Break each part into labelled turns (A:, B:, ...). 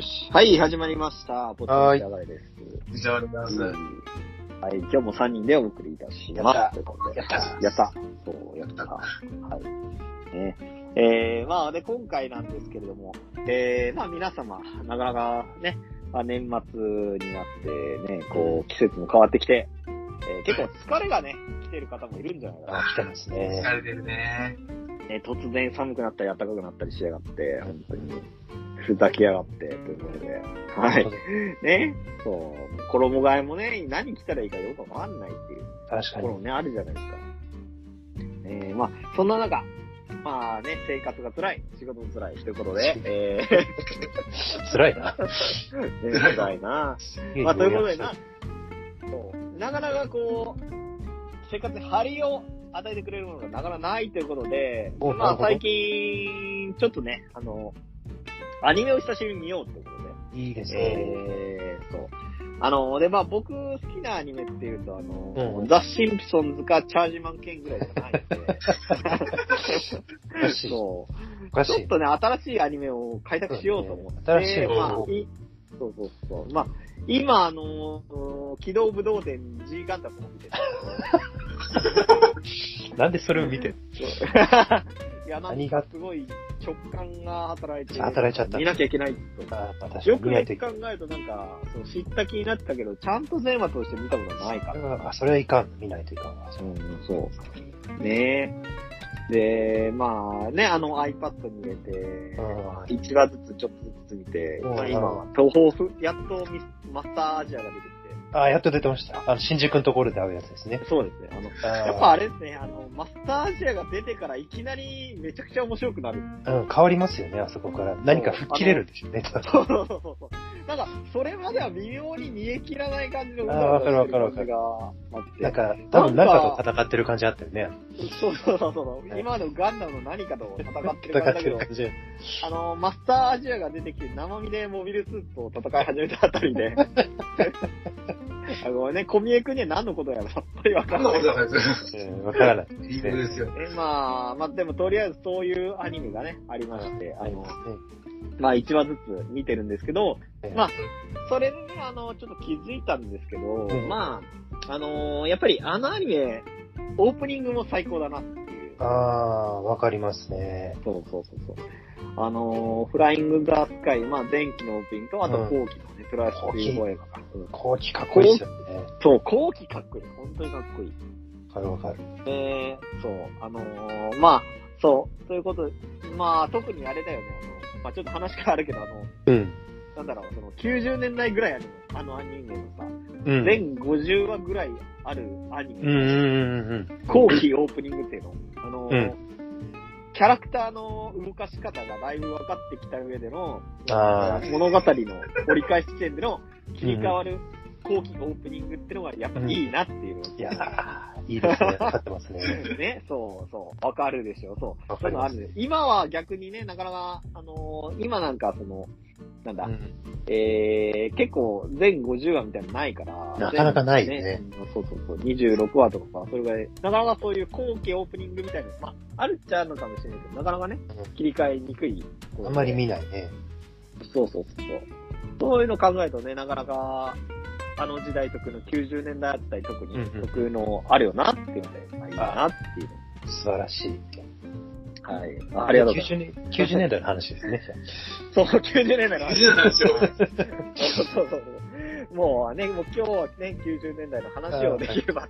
A: し。はい、始まりました。ポッドキャストやばいです。
B: 以上でございます。
A: うんはい、今日も3人でお送りいたします。ということで
B: やった
A: やった。そう、やった。はい。ね。えー、まあ、で、今回なんですけれども、えー、まあ皆様、なかなかね、まあ、年末になってね、こう、季節も変わってきて、えー、結構疲れがね、来てる方もいるんじゃないかな。
B: 来てます
A: ね
B: 疲れてるね。
A: ね、突然寒くなったり暖かくなったりしやがって、本当に、ふざけやがって、ということで。はい。ね、そう、衣替えもね、何着たらいいかよくわかんないっていう
B: 確
A: とこ
B: かに。
A: ろもね、あるじゃないですか。えー、まあ、そんな中、まあね、生活が辛い、仕事も辛いということ で、え
B: 辛いな。
A: ー、ね辛いな。まあ、ということでな、そうなかなかこう、生活に張りを与えてくれるものがなかなかないということで、
B: お
A: ま
B: なる
A: あ
B: ほど
A: 最近、ちょっとね、あの、アニメを久しぶりに見ようということで、
B: いいですね。
A: えー、そう。あの、で、まあ、僕好きなアニメっていうと、あの、
B: うん
A: ザ・シンプソンズかチャージマンケンぐらいしかないん で。
B: おかしい。お
A: そう。
B: かし
A: ちょっ
B: い。
A: とね、新しいアニメを開拓しようと思って。
B: そうですね新しい
A: ま
B: 方法
A: あ、いそうそうそう。まあ、今、あのー、機動武道伝 G ガンダムを 見てて
B: なんでそれを見てる
A: いや、なん
B: 何
A: か
B: が
A: すごい直感が働いて、
B: 働いちゃった
A: 見。なきゃいけないと
B: あ確かに
A: よく
B: 見な
A: よ
B: いとい
A: く
B: け
A: 考
B: ない
A: えるとなんか、そう知った気になったけど、ちゃんと全話通して見たことないから。
B: あ、それはいかん。見ないといかんわ。
A: うん、そう。ねえ。で、まあね、あの iPad に入れて、
B: あー
A: 1話ずつちょっとずつ見て、
B: うん
A: まあ今は東方ふ、やっとミスマスターアジアが出てき
B: あー、やっと出てました。あの、新宿のところで会うやつですね。
A: て、そうですね。あのやっぱあれですね、あの、マスターアジアが出てからいきなりめちゃくちゃ面白くなる。
B: あーうん、変わりますよね、あそこから。何か吹っ切れるんでしょうね。
A: そうそうそうそう。なんか、それまでは微妙に煮え切らない感じの
B: あーわかるわかるわかる
A: があって。
B: なんか、多分何かと戦ってる感じあったよね。
A: そうそうそうそう、
B: はい
A: 今までのガンダムの何かと戦って
B: 戦
A: る感じだ
B: って
A: け
B: る
A: ど、
B: 感じ。
A: あの、マスターアジアが出てきて、生身でモビルスーツと戦い始めたあたりで、 あのね、小宮君には何のことやらさっぱりわかんない。
B: だうん、わからない。
C: いいことですよ。
A: えまあ、まあでもとりあえずそういうアニメがね、ありまして、あ
B: あり
A: の
B: ま、すね。
A: まあ1話ずつ見てるんですけど、
B: うん
A: まあ、それでね、あの、ちょっと気づいたんですけど、
B: うん
A: まあ、あのやっぱりあのアニメ、オープニングも最高だなっていう。
B: ああ、わかりますね。
A: そうそうそうそう。あのーフライングザスカイ、まあ前期のオープニングと、あと
B: うん
A: 後期のね、プラスっていう声が。うん
B: 後期かっこいいですよね。
A: そう、後期かっこいい。本当にかっこいい。
B: わかるわかる。
A: で、そう、あのーまあ、そう、ということで、まあ特にあれだよね、あの、まあちょっと話変わるけど、あの、
B: うん。
A: なんだろう、その90年代ぐらいあるあのアニメのさ、
B: うん。
A: 全50話ぐらいあるアニメ
B: うん
A: の、
B: うんうん
A: 後期オープニングっていうの、あのー
B: う
A: キャラクターの動かし方がだいぶ分かってきた上での、
B: うん。ああ、
A: 物語の折り返し地点での切り替わる後期のオープニングってのがやっぱいいなって いう。
B: いやー、いいです ね。わかってますね。
A: ね、そうそう。わかるでしょ、そう。
B: わ
A: そう
B: か
A: いう
B: り
A: のあ
B: ます
A: る。今は逆にね、なかなか、あのー今なんかその、なんだ、
B: うん
A: えー、結構全50話みたいなのないから。
B: なかなかないね
A: 全そうそうそう。26話とかさ、それぐらい。なかなかそういう後期オープニングみたいな、まあ、あるっちゃあるのかもしれないけど、なかなかね
B: うん、
A: 切り替えにくい。
B: あんまり見ないね。
A: そうそうそうそう。そういうの考えるとね、なかなか、あの時代特の90年代あったり特
B: うん
A: に
B: うん
A: 特のあるよなっていうので、まあいいなっていう。
B: 素晴らしい。
A: はい。あありがとうござい
B: 90年 ,90 年代の話ですね。
A: ます。そう、90年代の話。
C: なんですよ。
A: そうそうそうそう。もうね、もう今日はね、90年代の話をできれば、
B: は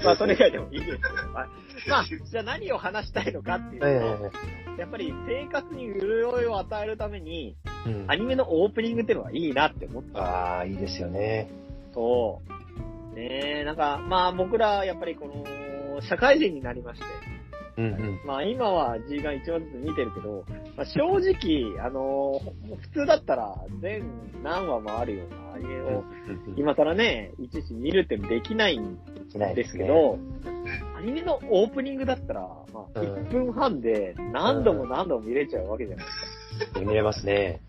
B: い。
A: まあそれ以外でもいいですけど、はいまあ、じゃあ何を話したいのかっていう
B: え
A: と、やっぱり生活に潤いを与えるために、
B: えうん
A: アニメのオープニングっていうのがいいなって思った。
B: ああ、いいですよね。
A: そう。ねえ、なんか、まあ僕ら、やっぱりこの、社会人になりまして、
B: うんうん。
A: まあ今は G が一話ずつ見てるけど、まあ、正直、あのもう普通だったら全何話もあるような家を、今更ね、いちいち見るってできないん
B: いない
A: ですけ、ど、アニメのオープニングだったら、まあ
B: うん
A: 1分半で何度も何度も見れちゃうわけじゃないです
B: 見れますね。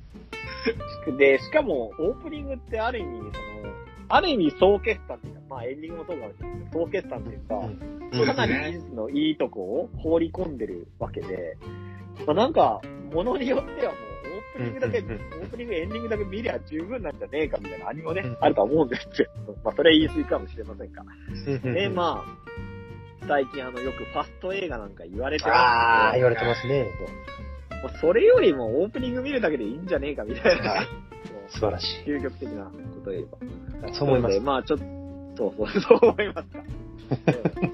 A: か。で、しかもオープニングってある意味、その、ある意味総決算っていうか、まあエンディングもそうかもしれないけど、総決算っていうか、
B: うん
C: そ
A: か
C: うです
A: な
C: ね
A: り技術のいいとこを放り込んでるわけで、まあ、なんか、ものによってはもうオープニングだけ、オ
B: うんうんうん
A: ープニング、エンディングだけ見りゃ十分なんじゃねえかみたいなアニメもね、
B: うん
A: あるとは思うんですけど、まあ、それは言い過ぎかもしれませんが。で、
B: あ。
A: まあ、最近あの、よくファスト映画なんか言われて
B: ああ、
A: ますけ
B: 言われてますね。
A: ど、もうそれよりもオープニング見るだけでいいんじゃねえかみたい
B: は、
A: ない
B: 素晴らしい。
A: 究極的なことを言えば。
B: そう思いま
A: なの
B: す
A: で。まあ、ちょっと、 そうそう、そう思います か。うん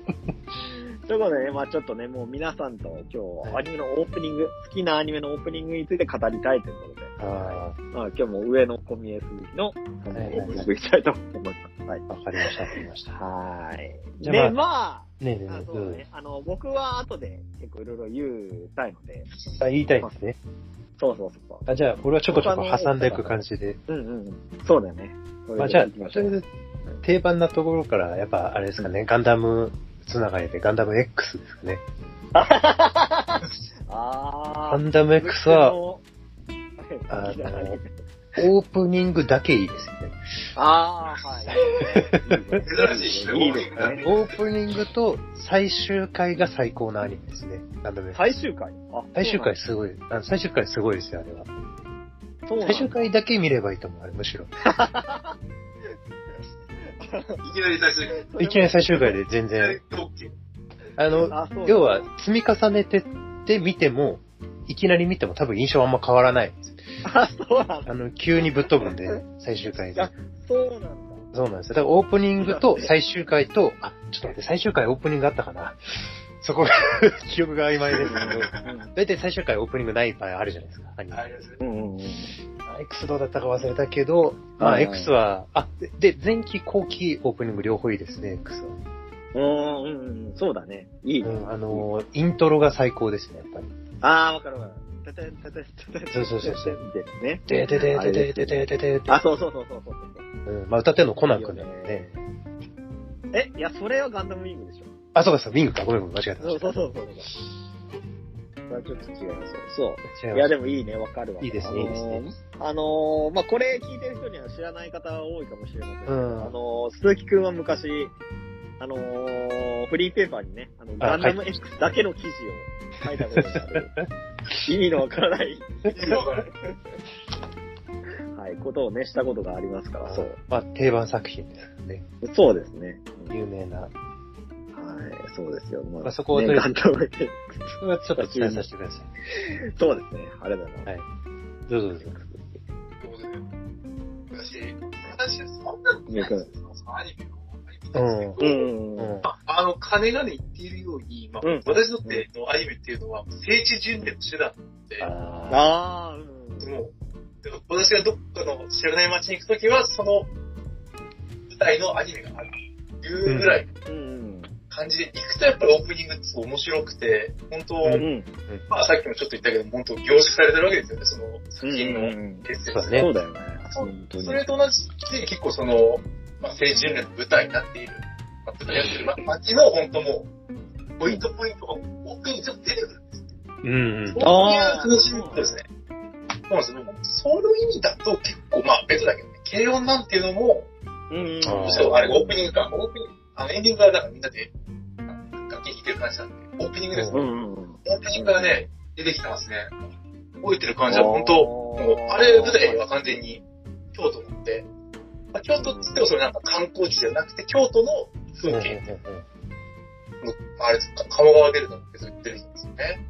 A: ということでね、まあちょっとね、もう皆さんと今日、アニメのオープニング、好きなアニメのオープニングについて語りたいということで、
B: あ
A: まあ今日も上野小宮鈴木の、そのオープニングいきたいと思います。はい。
B: あ、わかりました、わかりました。ね
A: はい。
B: じゃあ
A: で、
B: ま
A: ま
B: えねえ
A: あ、あ
B: ねえ、ど
A: そう
B: う
A: ね、あの、僕は後で結構いろいろ言うたいので、
B: あ、言いたいんですね。
A: そうそうそうそ
B: あ、じゃあ、俺はちょこちょこ挟んでいく感じで。
A: う。うんうんうん。そうだよね。
B: まあ、じゃあ、
A: 行きまし
B: と
A: ょ
B: りあえ
A: う。
B: ず、定番なところから、やっぱ、あれですかね、ガンダムつながりで、ガンダム X ですかね。
A: あ
B: ガ
A: ー。
B: ンダム X は、
A: あ
B: あ
A: の
B: の、オープニングだけいいですよね。
A: ああ、はい。いいですね。
B: オープニングと最終回が最高なアニメですね。ガンダム X。
A: 最終回あ
B: 最終回すごい、あの最終回すごいですよ、あれは。
A: そうなん
B: 最終回だけ見ればいいと思う、あれむしろ。
C: いきなり最初に、
B: いきなり最終回で全
C: いきなり
B: 然。
C: ドッキリ。
B: あの、
A: あそう
B: 要は、積み重ねてって見ても、いきなり見ても多分印象あんま変わらない。
A: あ、そうなんだ。
B: あの、急にぶっ飛ぶんで、最終回で
A: あ。そうなんだ。
B: そうなんですよ。だからオープニングと最終回と、あ、ちょっと待って、最終回オープニングあったかな。そこが、 記憶が曖昧ですけど、だいたい最終回オープニングない場合あるじゃないですか、アニメ。
C: ありがとうございます
A: うんうんうん。
B: あ X どうだったか忘れたけど、ま
A: は
B: あ、
A: いはい
B: X は、あ、で、で前期後期オープニング両方いいですね、X は。
A: うんうんうん、そうだね。いい。
B: うん、あのー、イントロが最高ですね、やっぱり。
A: ああ、わかるわかる。たたたたたた。
B: そうそうそうそう
A: ね。
B: ででででででででで
A: あ、そうそうそうそうそう。
B: うん、まあ歌ってるのコナン君だよね。
A: え、いや、それはガンダムウィングでしょ。
B: あ、そうかそう、ウィングか、ごめんごめん、間違えた。
A: そうそうそうそう。それはちょっと違いますよ。そう。いや、でもいいね、わかるわ。
B: いいですねいいですね。
A: あのー、まあ、これ聞いてる人には知らない方は多いかもしれませんけど。
B: うん
A: あのー、鈴木くんは昔、あのー、フリーペーパーにね、あの、ガ
B: あ
A: ンダム X だけの記事を書いたことがある、意味のわからない、
C: 意味わからない。
A: はい、ことをね、したことがありますから、
B: そ
A: そうう。。
B: まあ、定番作品ですからね。
A: そうですね。
B: 有名な。
A: うんはい、そうですよ。ま
B: まあそこを
A: ね、
B: とりあ
A: ガ
B: え
A: ン
B: ず
A: ダム X。
B: それはちょっと伝えさせてください。
A: そうですね。ありがとうございます。
B: どうぞどうぞ。
C: ということで私、私、そんなのないですよそのアニメのアニメですけ
A: う
C: ど
A: んうんう
B: う
A: ん。
C: ま
B: ん。
C: ああの、金がね言っているように、まあ
A: うん
C: 私にとってのアニメっていうのは、聖地巡礼の手段で、
B: あ
A: ああ、うん。
C: もう、でも私がどっかの知らない街に行くときは、その舞台のアニメがあるというぐらい
A: うん
C: 感じで、行くとやっぱりオープニングってすごい面白くて、本当、
A: うん。うん。
C: まあさっきもちょっと言ったけど、本当凝縮されてるわけですよね、その作品のエ
A: ん
C: ッセンス
B: そうだね
A: そうだよね。本当に。
C: それと同じで結構その、まあ、政治巡礼の舞台になっている、まあ、舞台になっている、まあ、街の本当もう、ポイントポイントが奥にちょっと出てくる。
B: ーうんうん。
C: そういう
A: あー
C: 楽しみ方ですね。そうなんですよ。そういう意味だと結構、まあ別だけどね、軽音なんていうのも、
A: うん。
B: あー
C: むしろあれオープニングか、オープニング、あのエンディングはなんかみんなで楽器弾いてる感じなんで、オープニングです
A: う
C: ね。
A: んうん。
C: オープニングがね、出てきてますね。覚えてる感じは本当、もう、あれ舞台は完全に京都なんで、まあ、京都って言ってもそれなんか観光地じゃなくて、京都の
B: うんうん
C: 風
B: うん
C: 景、あれ、鴨川出るのってずっと出てきますよね。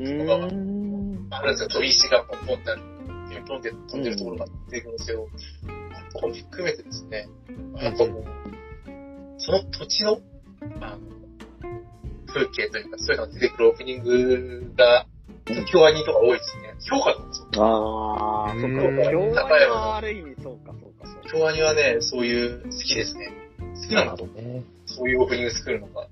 A: うん。
C: あれですよ、飛び石がポンポンってある、ピュンポンって飛んでるところが出てくるんですけど、あれとかも含めてですね、やっぱもう、その土地の、あの、風景というか、そういうのが出てくるオープニングが、京アニとか多いですね。評価とかもそう。
A: ああ、そっか。
B: うん
A: 今日はある意味そうか、そうか、そうか。
C: 京アニはね、そういう、好きですね。好きなのと、
B: ね。
C: そういうオープニング作るのが。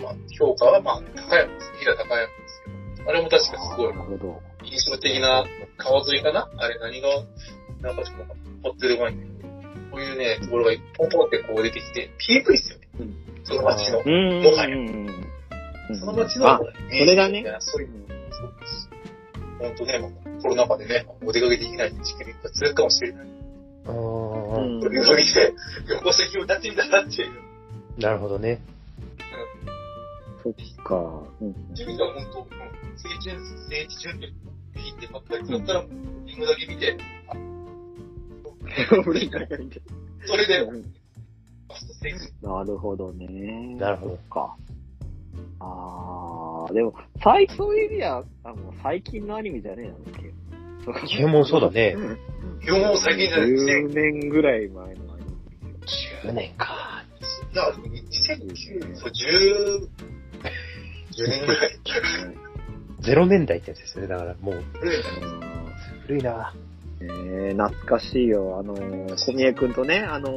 C: まあ、評価はまあ、高いです。好きが高いんですけど。あれも確かすごい
A: なるほど。
C: 印象的な川沿いかなあれ何が、なんかちょっと、ホテル前に。こういうね、ところがポンポンってこう出てきて、ピークですよね。
A: うん
C: その街の
A: う。ん。
C: もはや
A: や
C: その街
A: あ
C: の、、
A: それがね
C: そういうそうです。本当ね、もうコロナ禍でね、お出かけできない時期が続くかもしれない。
B: あ
A: う
B: ー
A: ん
C: というわけで、旅行先を立ってみたなっていう。
B: なるほどね。
A: そっか。うん
C: 準備が本当、うん、聖地巡礼、聖地巡礼いってばっかりだったら、オープニングだけ見て、
A: 俺以外がいて
C: それで、ファーストステージ。
A: なるほどね。
B: なるほ
A: そ
B: ど
A: っか。あー、でも、最初エリア、あの、最近のアニメじゃねえなんだっけ。そうか
B: いやもうそうだね。
C: 基本も最近じゃなくて、
A: 10年ぐらい前のアニメ。
B: 10年か。
C: な、2009そう、10、10年ぐらい。
B: 0年代ってやつですよね。だからもう
C: これ
B: 古いな。
A: えー、懐かしいよ。あのー、小宮くんとね、あの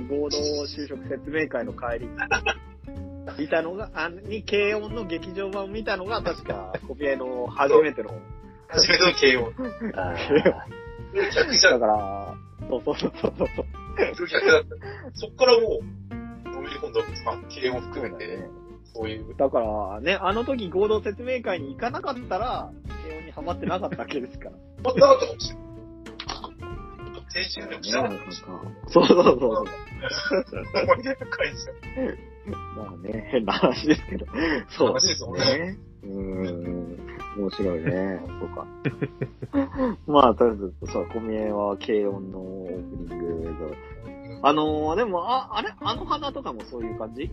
A: ー、合同就職説明会の帰りに、いたのが、あに、軽音の劇場版を見たのが、確か、小宮の初めての。
C: 初めての慶応。
B: あ
C: 逆じゃ
A: だから、そうそうそうそうそう。
C: 逆だった。そっからもう、のめり込んだんですか慶応含めて、そういう。
A: だからね、あの時合同説明会に行かなかったら、慶応にハマってなかったわけですから。
C: まなかったかもしれない。青春でもしなかったかもし
A: そうそうそうそう。
C: れない。思い出深いですよ。
A: まあね、変な話ですけど。そう
C: 悲しいですもんね。
A: ね。うーん。面白いね。そうか。まあ、とりあえず、そう、小宮は軽音のオープニングで。あのー、でも、あ、あれあの花とかもそういう感じ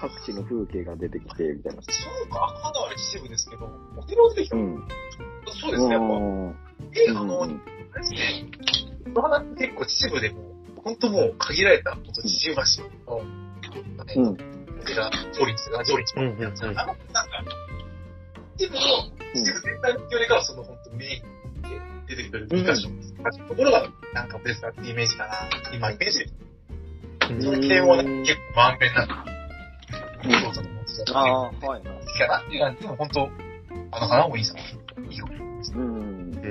A: 各地の風景が出てきて、みたいな。
C: そうか、赤のは一部ですけど、お寺は出てきた
A: う
C: もん。
A: ん。
C: そうですね、やっぱ。え、あの、
A: う
C: あ
A: ん
C: れですね。この花って結構秩父でも、本当もう限られた、本当秩父橋の、ね、
A: うん
C: お寺、上林あ、上林
B: うんうんうん。
C: あの、なんか、秩父の、秩父全体っていうよりかは、その本当メインで出てくる2箇所、うところが、なんかベストってイメージかな。今、イメージで。
A: うん
C: その系はね、結構満遍なく、
A: うん
C: お父さんのお家
A: あ
C: だ
A: あ、はい。
C: 好きかなっていう感じでも、本当あの花もいいさ。いいよ。
A: うん。なる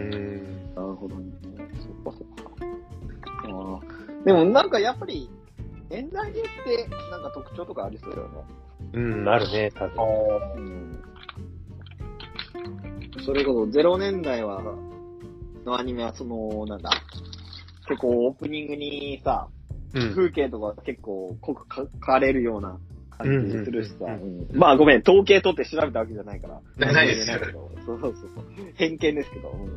B: うん。
A: ほどね。そっかそっか。ああ。でも、なんかやっぱり、年代によって、なんか特徴とかありそうだよね。
B: うん、あるね、多分。
C: あ
A: それこそ0年代は、のアニメはその、なんだ、結構オープニングにさ、
B: うん。
A: 風景とか結構濃く書かれるような感じするしさ、
B: うんうん
A: うんまあごめん、統計取って調べたわけじゃないから。
C: ないです
A: けど。そうそうそう。偏見ですけど。うん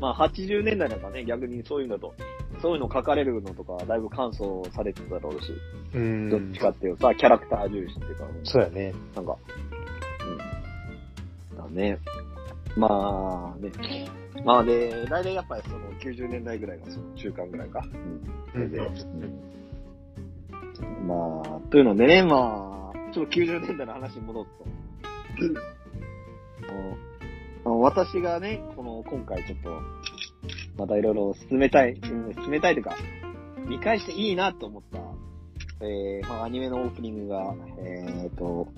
A: まあ80年代なんかね、逆にそういうのと、そういうの書かれるのとか、だいぶ感想されてただろうし、
B: うん。
A: どっちかっていうとさ、キャラクター重視っていうか、うん
B: そうやね。
A: なんか、うん。だね。まあ、ね。まあで、来年やっぱりその90年代ぐらいがその中間ぐらいか。うん。
B: う
A: で、
B: ん。
A: まあ、というのでね、まあ、ちょっと90年代の話に戻すと。あの私がね、この、今回ちょっと、またいろいろ進めたい、うん進めたいというか、見返していいなと思った、えー、まあ、アニメのオープニングが、えーと、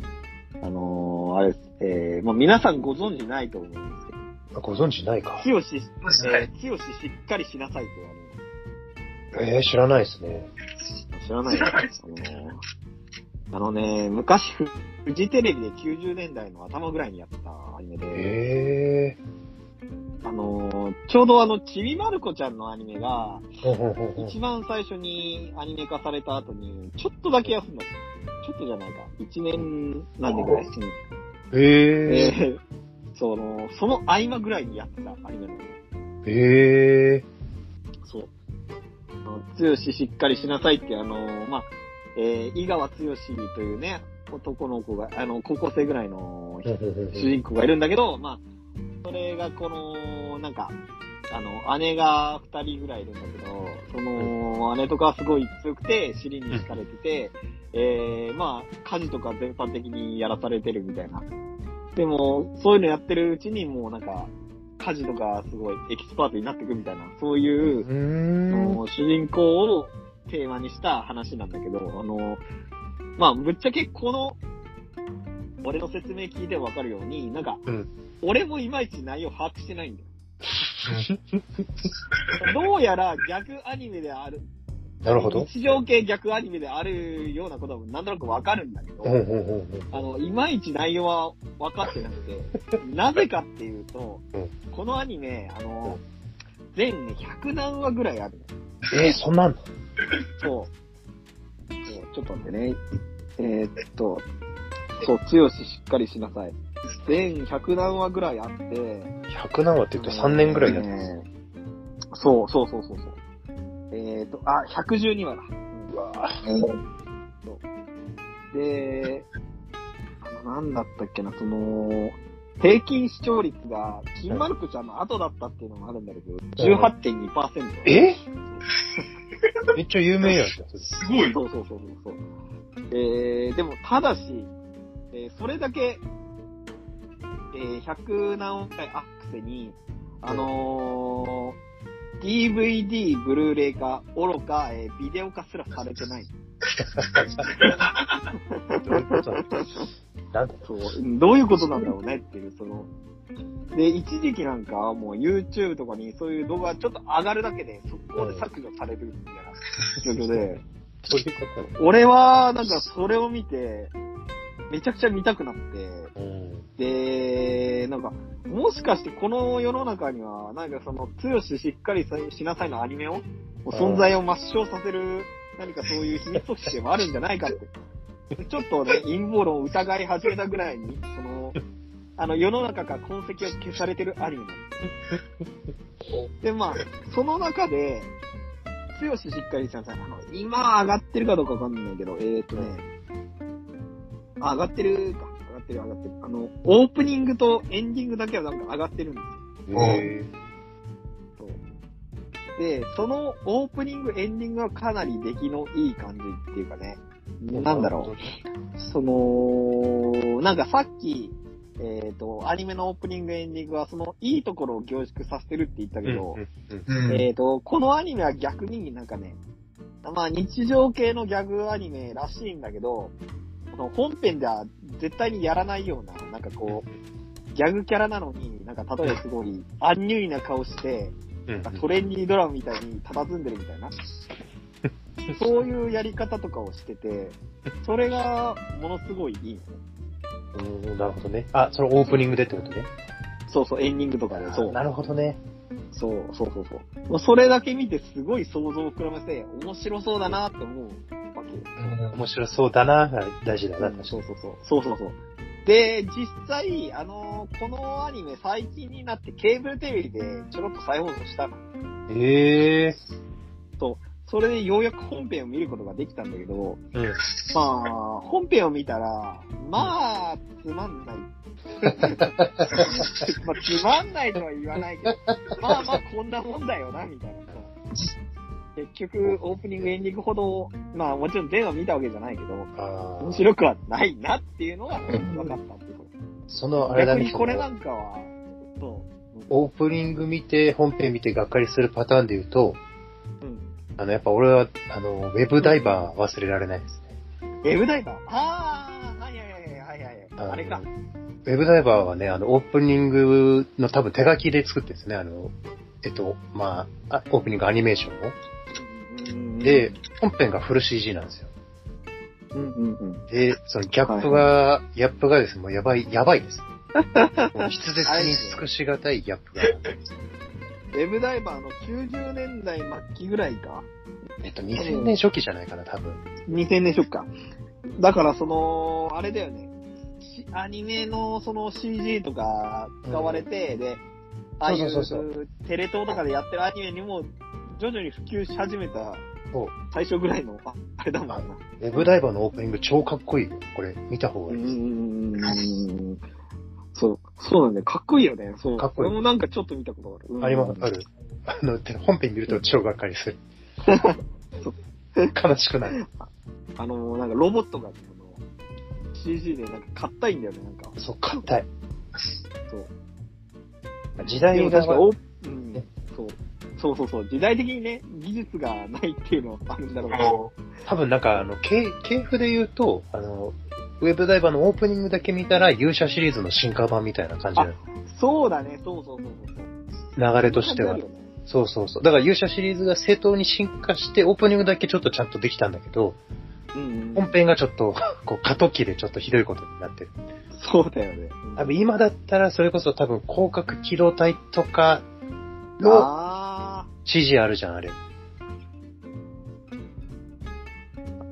A: あのーあれです、えー、まあ、皆さんご存知ないと思うんですけど、
B: ご存知ないか。
A: 強し、
C: そうです
A: え
C: ね。
A: ー、強ししっかりしなさいというアニメ。
B: えー、知らないですね。
A: 知らないよ。あのーあのね、昔、フジテレビで90年代の頭ぐらいにやったアニメで、
B: え
A: あのーちょうどあの、ちびまる子ちゃんのアニメが、
B: ー。ほんほんほんほん
A: 一番最初にアニメ化された後に、ちょっとだけ休んだんですよちょっとじゃないか。1年何年ぐらい休んで
B: え
A: えーその、その合間ぐらいにやってたアニメなんです
B: ー。え
A: そう。あの強ししっかりしなさいって、あのーまあ、えー、井川強しというね、男の子が、あの、高校生ぐらいの
B: ー。ほんほんほんほん
A: 主人公がいるんだけど、まあ、それがこの、なんか、あの、姉が二人ぐらいいるんだけど、その、姉とかはすごい強くて、尻に敷かれてて、えー、まあ、家事とか全般的にやらされてるみたいな。でも、そういうのやってるうちに、もうなんか、家事とかすごいエキスパートになってくみたいな、そういう、
B: うーん。
A: の主人公をテーマにした話なんだけど、あの、まあ、ぶっちゃけこの、俺の説明聞いてわかるように、なんか、
B: うん
A: 俺もいまいち内容把握してないんだよ。どうやら逆アニメである、
B: なるほど。
A: 日常系逆アニメであるようなことはなんとなくわかるんだけど、
B: ほんほんほん
A: あの、いまいち内容は分かってなく て、なぜかっていうと
B: うん、
A: このアニメ、あの、全ね100何話ぐらいあるの
B: ほんえー、そんなんの
A: そう。そうちょっと待ってね。えーっと、そう、強ししっかりしなさい。全100何話ぐらいあって、
B: 100何話って言うと3年ぐらいだったんです。
A: ねそうそうそうそうそう。えっ、と、あ、112話だ。
C: うわぁ。
A: で、あの、なんだったっけな、その、平均視聴率が、金丸子ちゃんの後だったっていうのもあるんだけど、18.2%。
B: えめっちゃ有名やん。
C: すごい。
A: そうそうそうそうそう。えー、でも、ただし、えーそれだけ、えー、100何回あくせに、あのー、DVD、ブルーレイ化、愚か、えービデオ化すらされてない。
B: どういうことなんだなんだ
A: そう、うんどういうことなんだろうねっていう、その、で、一時期なんかはもう YouTube とかにそういう動画ちょっと上がるだけで、速攻で削除されるみたいな状況で、
B: どういうことなの
A: 俺はなんかそれを見て、めちゃくちゃ見たくなって、
B: うん。
A: で、なんか、もしかしてこの世の中には、なんかその、強ししっかりさしなさいのアニメを、存在を抹消させる、何かそういう秘密特集もあるんじゃないかって。ちょっとね、陰謀論を疑い始めたぐらいに、その、あの、世の中から痕跡を消されてるアニメなんです。で、まあ、その中で、強ししっかりさんさん、あの、今上がってるかどうかわかんないけど、えーとね、あ、上がってるか。上がってる、上がってる。あの、オープニングとエンディングだけはなんか上がってるんですよ。
B: へ
A: そうで、そのオープニング、エンディングはかなり出来のいい感じっていうかね、
B: ー
A: なんだろう、その、なんかさっき、えっ、と、アニメのオープニング、エンディングは、その、いいところを凝縮させてるって言った
B: うん
A: け
B: う
A: ど、
B: んうん。
C: うん
A: えっ、と、このアニメは逆になんかね、まあ日常系のギャグアニメらしいんだけど、この本編では絶対にやらないような、なんかこう、ギャグキャラなのに、なんか例えばすごい、アンニュイな顔して、
B: うん
A: なんかトレンディードラマみたいに佇んでるみたいな。そういうやり方とかをしてて、それがものすごいいいのね。
B: うんなるほどね。あ、そのオープニングでってことね。
A: そうそう、エンディングとかで。そう
B: なるほどね。
A: そうそうそうそう。もうそれだけ見てすごい想像を膨らませて、面白そうだなって思うわけ。
B: 面白そうだな、が大事だな、確か
A: そうそうそう。そうそうそう。で、実際、あのーこのアニメ最近になってケーブルテレビでちょろっと再放送したの。
B: に。へえ。
A: それでようやく本編を見ることができたんだけど、
B: うん。
A: まあ、本編を見たら、まあ、つまんない。 まあ、つまんないとは言わないけど、まあまあ、こんなもんだよな、みたいな。結局、オープニング、エンディングほど、まあ、もちろん全話見たわけじゃないけど、
B: あ
A: 面
B: あ。
A: 白くはないなっていうのは分かったってこと。
B: その、あれだ
A: 逆に。
B: ね
A: これなんかは、そ
B: オープニング見て、本編見て、がっかりするパターンで言うと、
A: う。うん。
B: あの、やっぱ俺は、あの、ウェブダイバーは忘れられないですね。
A: ウェブダイバーああ、はいはいはいはいはいはい。あれか
B: の。ウェブダイバーはね、あの、オープニングの多分手書きで作ってるんですね。あの、えっと、まあ、あオープニングアニメーション
A: う
B: を。
A: ん
B: で、、本編がフル CG なんですよ。
A: うんうんうん。
B: で、そのギャップが、ギャップがですね、もうやばい、やば いです。もう筆舌に尽くしがたいギャップが。
A: ウェブダイバーの90年代末期ぐらいか。
B: えっと、2000年初期じゃないかな、多分。
A: 2000年初か。だからその、あれだよね。しアニメのその CG とか使われて、で、ああい
B: そうそうそう
A: うテレ東とかでやってるアニメにも徐々に普及し始めた
B: そう
A: 最初ぐらいの、ああれだもんな。
B: ウェブダイバーのオープニング超かっこいいよ。これ、見た方
A: う
B: がいいです。
A: ーんそう、そうなんだよ。かっこいいよね。そう。
B: かっこいい
A: 俺もなんかちょっと見たことある。うん
B: あります、ある。あの、で本編見ると超がっか りする
A: そう。
B: 悲しくなる。
A: あの、なんかロボットが、あの CG でなんか硬いんだよね、なんか。
B: そう、硬い。
A: そう。
B: 時
A: で
B: 代
A: も
B: が
A: 確、かオープン、うん、そう。そうそうそう。時代的にね、技術がないっていうのはあるんだろうけど。
C: も
B: 多分なんか、あの、系系譜で言うと、あの、ウェブダイバーのオープニングだけ見たら、勇者シリーズの進化版みたいな感じ
A: そうだね、そうそうそうそう。
B: の流れとしては。そうそうそう。だから勇者シリーズが正当に進化して、オープニングだけちょっとちゃんとできたんだけど、
A: うん、う
B: 本
A: ん。
B: 編がちょっと、こう、過渡期でちょっとひどいことになってる。
A: そうだよね。
B: 多分今だったら、それこそ多分広角機動隊とかの
A: あ
B: CG あるじゃん、あれ。
A: ー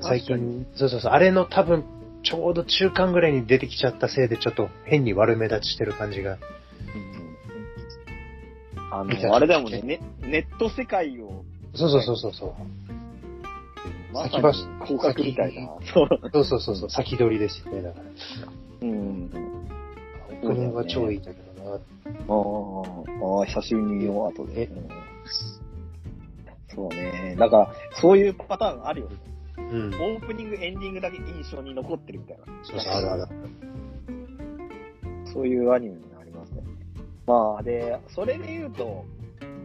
B: 最
A: 確かに
B: 近、そうそうそう、あれの多分、ちょうど中間ぐらいに出てきちゃったせいで、ちょっと変に悪目立ちしてる感じが。
A: あの、あれだもんね、ねネット世界を、
B: そうそうそうそうそう。
A: まさに広角みたいな。そう。
B: そうそうそうそう、先取りですよね、だから。
A: うん。
B: オープニングは超いいんだけどな。
A: ああ、ああ久しぶりに見よう、後で。うんそうね。だから、そういうパターンあるよね。
B: うん。
A: オープニング、エンディングだけ印象に残ってるみたいな。
B: そうそう、あるある。
A: そういうアニメになりますね。まあ、で、それで言うと、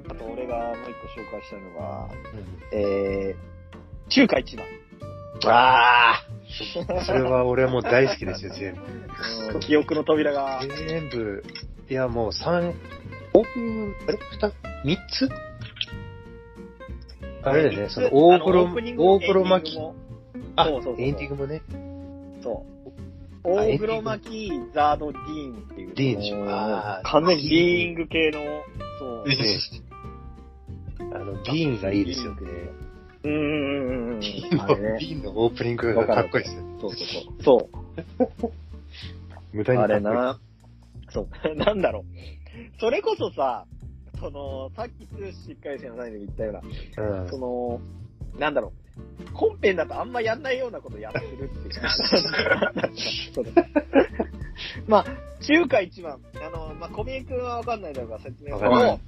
A: あと俺がもう一個紹介したいのが、えー、中華 一番。
B: ああそれは俺はもう大好きですよ、全部。
A: 記憶の扉が、
B: 全部、いやもう3、オープニング、あれ ?2、三つあれだよね、その大黒、大黒巻き、あ、
A: そうそうそう
B: エンディングもね、
A: き。そう。
B: あ
A: 大黒巻き、ザード、ディーンっていう。
B: ディーンでしょ
A: もう
B: あー
A: 完全にディーング系の、そう。
B: んあの、ビーンがいいですよね。
A: うんうんうんうんうん。
B: ビーン
A: あ
B: の
A: れね。
B: ビーンのオープニングがかっこいいですよ。
A: そうそうそう。そう。
B: 無駄にか
A: あ
B: っこい
A: れ
B: い。
A: な、そう、 なんだろう。それこそさ、その、さっき通しっかりしなさいで言ったような、
B: うん
A: その、なんだろう。本編だとあんまやんないようなことやってるって いう。そのまあ、中華一番、あの、まあ、小宮君はわかんないだろうから説明する
C: は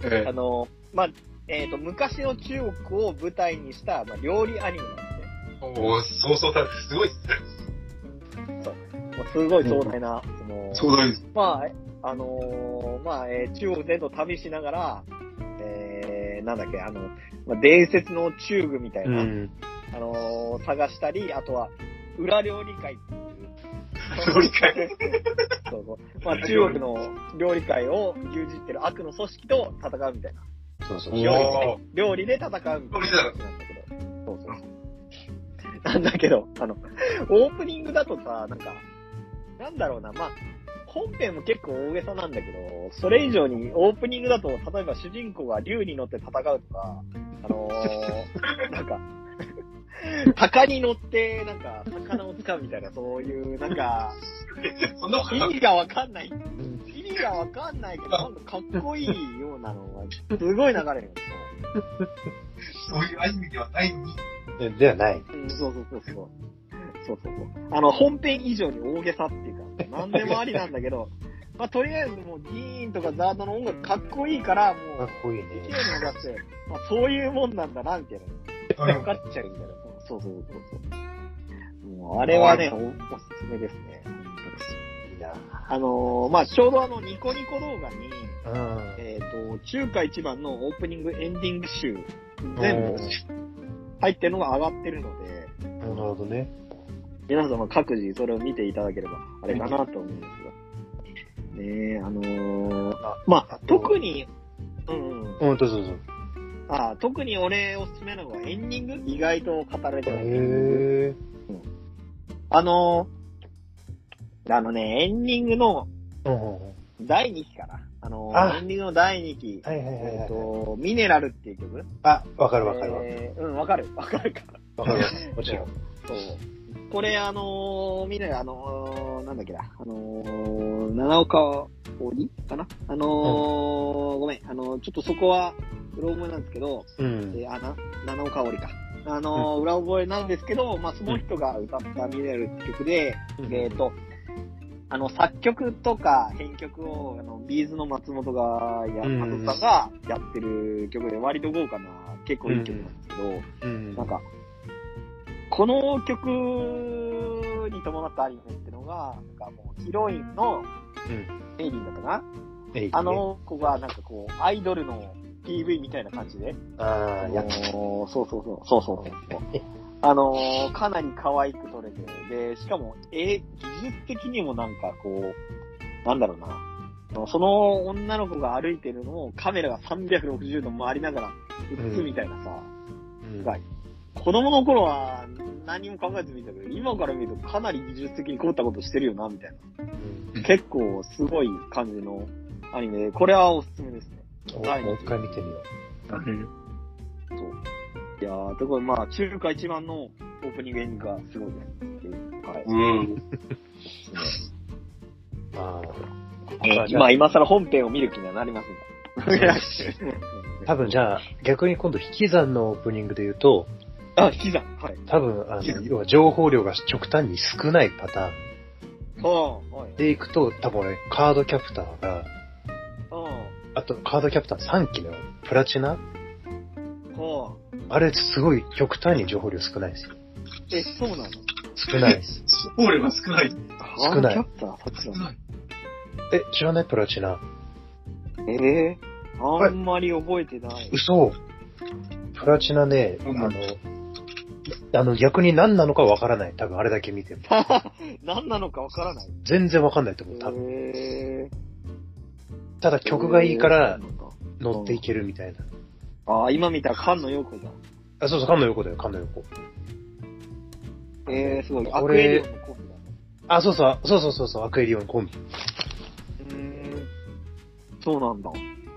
A: と
C: い、え
A: あの、まあ、えっ、と、昔の中国を舞台にした、まあ、料理アニメなんですね。
C: おーそうそうだ、すごいっすね。
A: もうすごい壮大な、その、
C: そうだね。
A: まあえ、あのーまあ、えー中国全土を旅しながら、えー、なんだっけ、あの、まあ、伝説の中具みたいうな、
B: ん。
A: あのー探したり、あとは、裏料理会っていう。
C: 料理会
A: そうそう。まあ、中国の料理会を牛耳ってる悪の組織と戦うみたいな。
B: そうそう
C: お
A: 料理
C: ー
A: 料理で戦うみたいな。
C: 料理だ
A: なんだけど。そうそうそう。なんだけど、あの、オープニングだとさ、なんか、なんだろうな、まあ、本編も結構大げさなんだけど、それ以上にオープニングだと、例えば主人公が竜に乗って戦うとか、あの ーなんか、鷹に乗って、なんか、魚を使うみたいな、そういう、なんか、
C: そんなこと
A: 意
C: な
A: 味がわかん ない。意味がわかんないけど、なんかかっこいいようなのが、すごい流れるんですよ。
C: そういうアニメではないのに。
B: ではない。
A: うんそうそうそうそう。そうそうそう。あの、本編以上に大げさっていうか、なんでもありなんだけ ど、まあ、とりあえずもう、ディーンとかザードの音楽かっこいいから、も
B: かっ
A: う、
B: こいい
A: 綺麗に
B: ね。
A: 出して、まあ、そういうもんなんだな、みたいな。分かっちゃうみたいな。そうそうそうそう。もう、あれはね、おおすすめですね。
B: いいな
A: あのーまあ、ちょうどあの、ニコニコ動画に、
B: うん。
A: えっ、と、中華一番のオープニング、エンディング集、全部入ってるのが上がってるので、
B: なるほどね。
A: 皆様各自それを見ていただければ、あれかなと思うんですが。ねえ、あのーまあ、特に、うんうん、
B: うん、どうぞどうぞ。
A: あ特に俺おすすめなのはエンディング意外と語られてない。
B: へ
A: あのーあのね、エンディングの
B: ぇー。うんうんうん。
A: 第2期かな。あのー
B: あ
A: エンディングの第2期、
B: はいはいはい
A: え
B: は
A: っ、
B: い。
A: と、ミネラルっていう曲。
B: あ、わかるわかるわかる。
A: えーうん、わかる。わかるか。
B: わかるわかる。もちろん。
A: そう。これ、あのー、みんなで、あのー、なんだっけな、あのー、長岡織かなあのーごめん、あのーちょっとそこは、うろ覚えなんですけど、
B: うん。
A: えーあな、七岡織か。あのー裏覚えなんですけど、まあ、その人が歌ったミネルって曲で、えっ、と、あの、作曲とか編曲を、あの、ビーズの松本がや、
B: うん
A: 松本さんがやってる曲で、割と豪華な、結構いい曲なんですけど、
B: うん
A: なんか、この曲に伴ったアニメってのが、なんかもうヒロインの
B: うん。
A: エイリンだったかな、
B: えい
A: あ、の子がなんかこう、アイドルの PV みたいな感じで、
B: あ
A: あ
B: あ、
A: の
B: やっ
A: ーそうそうそう、そうそうそう。あのーかなり可愛く撮れて、で、しかも、えー、技術的にもなんかこう、なんだろうな、その女の子が歩いてるのをカメラが360度回りながら映すみたいなさ、
B: うん
A: はい子供の頃は何も考えてみたけど、今から見るとかなり技術的に凝ったことしてるよな、みたい
B: うん
A: な。結構すごい感じのアニメで、これはおすすめですね。
B: お
A: はい
B: もう一回見てみよ
A: そう。いやー、ところまあ、中華一番のオープニングエンディングがすごいです。っていう感はい。
D: うん。
B: あ
A: ねまあ、今更本編を見る気にはなりませんが。
B: 多分じゃあ、逆に今度、引き算のオープニングで言うと、
A: あ、引き算。はい。
B: 多分、あの、要は情報量が極端に少ないパターン
A: おうはい。
B: でいくと、多分俺、カードキャプターが、
A: おう
B: あと、カードキャプター3期のプラチナ
A: おう
B: あれ、すごい極端に情報量少ないですよ。
A: え、そうなの
B: 少ないです。
D: オーレは少ない。
B: 少ない
A: ハードキャプターそっちなの
B: え、知らないプラチナ。
A: ええあんまり覚えてない。
B: 嘘。プラチナね、あ
D: うん
B: の、あの、逆に何なのかわからない。多分あれだけ見ても。
A: 何なのかわからない。
B: 全然わかんないと思う、多分。
A: え
B: ただ
A: ー
B: 曲がいいから、乗っていけるみたいな。
A: ああ、今見たら菅野陽子だ。
B: あ、そうそう、菅野横だよ、菅野横。
A: ええすごい。ア
B: こ
A: クエリ
B: れ
A: オンのコンビだ。
B: あ、そうそう、そうそうそうそう、アクエリオンコンビ。
A: うーん。そうなんだ。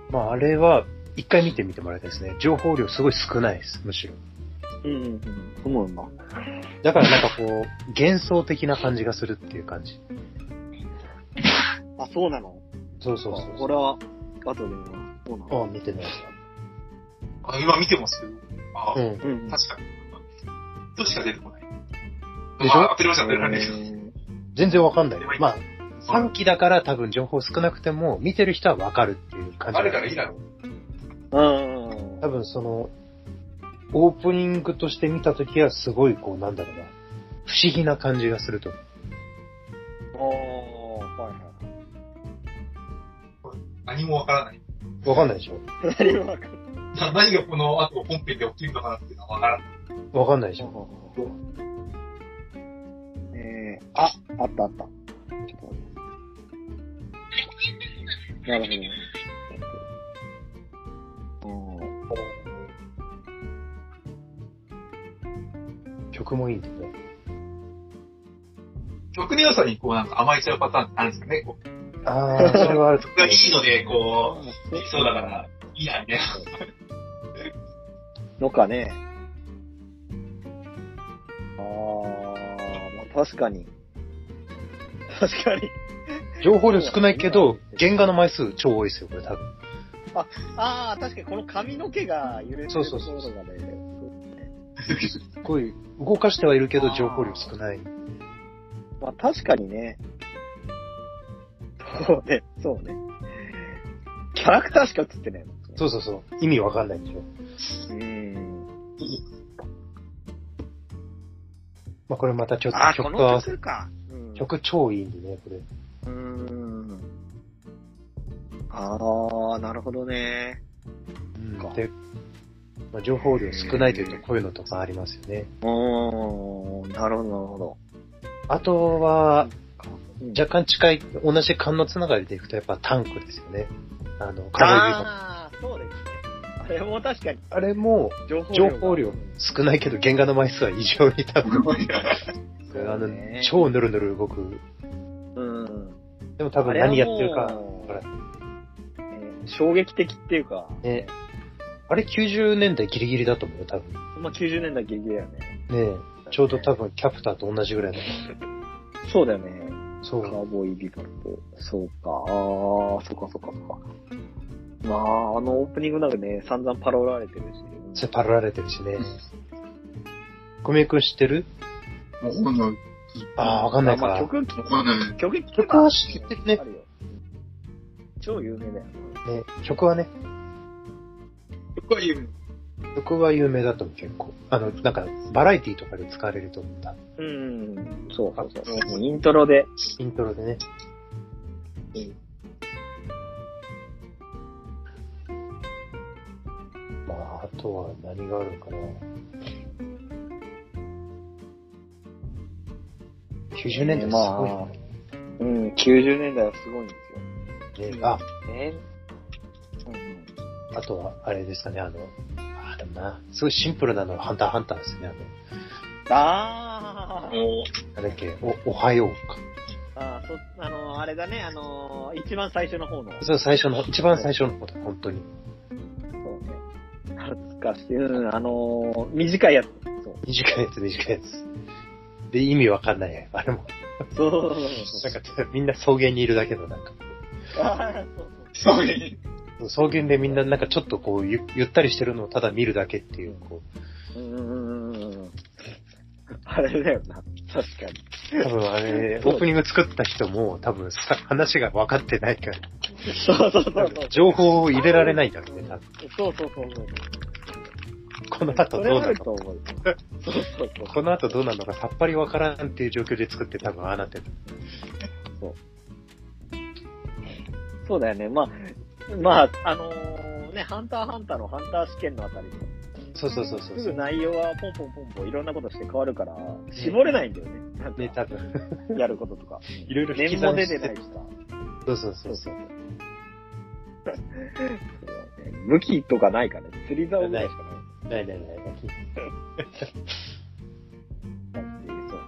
B: まあ、あれは、一回見てみてもらいたいですね。情報量すごい少ないです、むしろ。
A: うんうんうん。そうなんだ。
B: だからなんかこう、幻想的な感じがするっていう感じ。
A: あ、そうなの
B: そうそうそう。
A: これは、後で見ますそうなの
B: あ、見てないです
D: あ、今見てますけど。あ、
B: か。うん。
A: うん。
D: 確かに。どっちか出てこない。
B: でしょ
D: あ、当てました、当てま
A: え
D: した。
A: ー
B: 全然わかんない。まあ、3期だから多分情報少なくても、見てる人はわかるっていう感じ。
D: あるからいいだろう。
A: うんうん
B: 多分その、オープニングとして見たときはすごいこう、なんだろうな。不思議な感じがすると思う。
A: ああ、はいは
D: 何もわからない。
B: わかんないでしょ
A: い。何もわかんない
D: な何がこの後本編で起きるのかなっていうのはわからない。
B: わかんないでしょ
A: えー、あ、あったあった。ちょっと待って。なるほどね。
B: 曲もいいんだよね。
D: 曲の良さにこうなんか甘えちゃうパターンってあるんですよね。こう
B: あー、それはあると
D: 曲がいいので、こう、
A: う
D: できそうだから、いいや、みたいな。
A: のかね。あー、まあ、確かに。確かに。
B: 情報量少ないけど、原画の枚数超多いですよ、これ多分。
A: あー、確かにこの髪の毛が揺れて
B: そう
A: る
B: そ
A: と
B: う
A: こ
B: そう
A: ろがね。
B: すっごい、動かしてはいるけど、情報量少ない。
A: まあ確かにね。そうね、そうね。キャラクターしか映ってないもんね。
B: そうそうそう。意味わかんないでしょ。
A: うん。
B: まあ、これまたちょっと
A: あ、こ
B: 曲
A: の
B: 合わせ、
A: 曲か。うん。
B: 曲超いいんでね、これ。
A: うーん。あー、なるほどね。
B: うん、で、まあ、情報量少ないというと、こういうのとかありますよね。
A: うーん、なるほど、なるほど。
B: あとは、
A: うん
B: 若干近い、同じ勘のつながりでいくと、やっぱタンクですよね。あの、カロリーの
A: あー、そうですね。あれも確かに
B: あれも、
A: 情報
B: 情
A: 量が。
B: 報量少ないけど、原画の枚数は異常に多分、
A: そうね
B: あの、超ぬるぬる動く。
A: うん。
B: でも多分何やってるか、ほ
A: え
B: ら
A: ー衝撃的っていうか、
B: ね。あれ90年代ギリギリだと思うよ、多分。ね
A: まあ、90年代ギリギリだよね。
B: えちょうど多分キャプターと同じぐらいだ
A: そうだよね。
B: そ
A: カ
B: う。
A: ーボーイビバルと。そうか。ああ、そうかそうかそうか。まあ、あのオープニングなんかね、散々パロられてるし。
B: セパられてるしね。小宮君知ってる
D: もう、ほんの、
B: ああ、わかんない
A: まあ、
B: か。
A: 曲聞
D: わかんない
A: 曲聞けば
B: 曲は知ってるね
A: あよ超有名だよね。
B: ね、曲はね、
D: 僕は言う。
B: 曲は有名だと思う、結構。あの、なんか、バラエティとかで使われると思った。
A: うん、そうそうそう。もうイントロで。
B: イントロでね。まあ、あとは何があるのかな。90年代すごい
A: まうん、90年代はすごいんで
B: ね。ねあ、
A: すよ。ね。うん
B: あとは、あれですかね、あの、あ、でもな、すごいシンプルなのはハンターハンターですね、あの、
A: あー
D: も
B: なんだっけ、お、おはようか。
A: あー、そ、あの、あれだね、あのー、一番最初の方の。
B: それ最初の、一番最初のこと、本当に。
A: そうね。懐かしい。うん、あのー短いやつ。そう。
B: 短いやつ、短いやつ。で、意味わかんない。あれも。
A: そうそう
B: なんか、 みんな草原にいるだけの、なんか。
C: そういう。
B: 草原でみんななんかちょっとこうゆ、ゆったりしてるのをただ見るだけっていう、こう。
A: そう。うんうんうんうん。あれだよな。確かに。
B: 多分 あれ、オープニング作った人も多分さ話が分かってないから、
A: そうそうそうそ
B: 多
A: う。
B: 分情報を入れられないんだろうね、多
A: そうそうそうそう。
B: 分この後
A: そ
B: どう
A: れは
B: な
A: あ
B: る
A: る
B: の
A: と思う。そうそうそう。
B: この後どうなるのかさっぱり分からんっていう状況で作って多分ああなってる。
A: そうだよね。まあ、まあ、あのーね、ハンターハンターのハンター試験のあたりで、
B: そうそうそうそ
A: すぐ
B: う。
A: 内容はポンポンポンポンいろんなことして変わるから、絞れないんだよね。なん
B: ね、
A: か、
B: 多 分。
A: やることとか。
B: いろいろ引き
A: 年
B: 算
A: も
B: し
A: 出
B: て
A: てないしさ。
B: そうそうそう そう。
A: 武器とかないからね。釣り竿ぐらいしかない。
B: ないないない。
A: そう。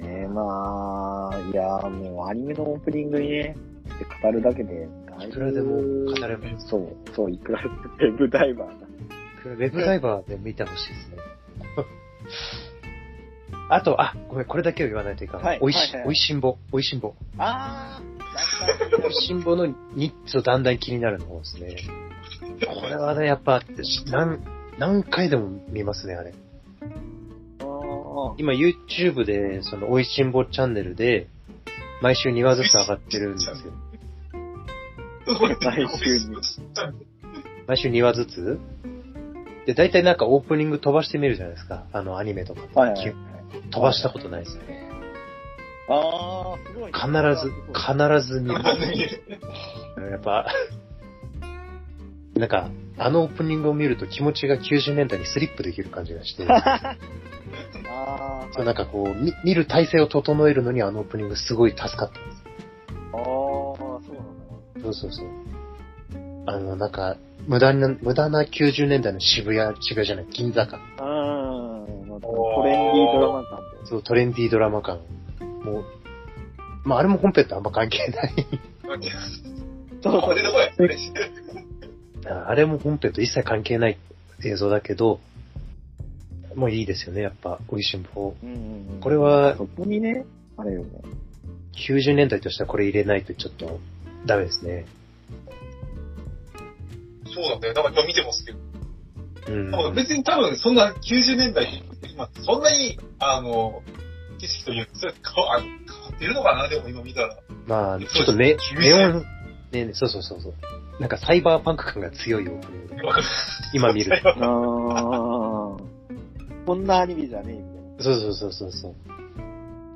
A: ねえ、まあ、いやー、もうアニメのオープニングにね、語るだけで、だ
B: いくらでも語れます。
A: そう、そう、いくらでも、ウェブダイバーだ。
B: ウェブダイバーで見てほしいですね。あと、あ、ごめん、これだけは言わないといかん。
A: はい
B: おいし、
A: はいはい
B: おいしんぼ、おいしんぼ。
A: あ
B: おいしんぼのニッチをだんだん気になるの方ですね。これはね、やっぱ、何、何回でも見ますね、あれ。
A: ー、あ
B: 今 YouTube で、その、おいしんぼチャンネルで、毎週2話ずつ上がってるんですよ。
A: 来週に
B: 毎週2話ずつで、大体なんかオープニング飛ばしてみるじゃないですか。あの、アニメとか。
A: はいはいはい
B: 飛ばしたことないですね。
A: あー、すごいね。
B: 必ず、必ず見る。やっぱ、なんか、あのオープニングを見ると気持ちが90年代にスリップできる感じがして、
A: あー、
B: そうなんかこう、み見る体勢を整えるのにあのオープニングすごい助かったんです。
A: あー、そうなんだ。
B: そうそうそう。あの、なんか、無駄な、無駄な90年代の渋谷、渋谷じゃない、銀座か。
A: あー、またトレンディードラマ感で。
B: そう、トレンディードラマ感。もう、まあ、あれも本編とあんま関係ない。
A: そうそう
C: 俺の声、嬉しい。
B: あれも本編と一切関係ない映像だけど、もういいですよね、やっぱ、美味しんぼ。
A: うんうんうん
B: これは
A: そこにね、あれよね。
B: 90年代としてはこれ入れないとちょっとダメですね。
C: そうなんだよ。なんか今見てますけど。
B: うん。
C: なんか別に多分そんな90年代、今そんなに、あの、景色というか、それ変わあの変わってるのかな、でも今見たら。
B: まあ、ちょっとね、
C: そうです
B: ネオン、ね、そうそうそうそう。なんかサイバーパンク感が強いオープニングで。今見る。
A: あー、こんなアニメじゃねえみたいな。
B: そうそうそうそうそう。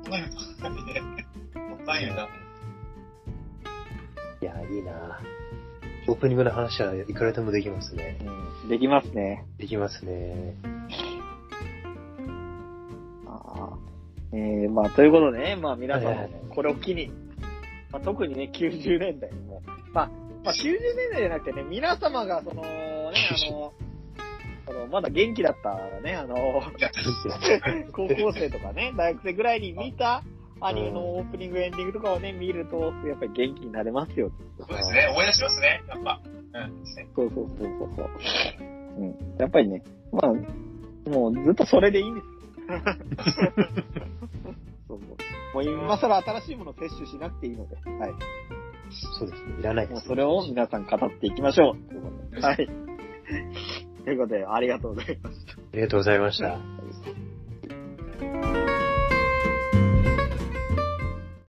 C: ないよな。
B: いや、いいなオープニングの話はいくらでもできますね。
A: できますね。
B: できますね。
A: あーえー、まあ、ということでね、まあ皆さん
B: はいは
A: も
B: いはい
A: これを機に、まあ、特にね、90年代も、まあ、まあ、90年代じゃなくてね、皆様がその、ね、あ の、あのまだ元気だったね、あの、 高校生とかね、大学生ぐらいに見たアニメのオープニング、エンディングとかをね、見ると、やっぱり元気になれますよ。
C: そうですね、思い出しますね、やっぱ。うん、ですね。
A: そうそうそうそうそう。うん。やっぱりね、まあ、もうずっとそれでいいんですよ そうそう。もう今更新しいものを摂取しなくていいので、はい。
B: そうですね。いらないで
A: もう
B: す。
A: それを皆さん語っていきましょう。はい。ということで、ありがとうございます。
B: ありがとうございました。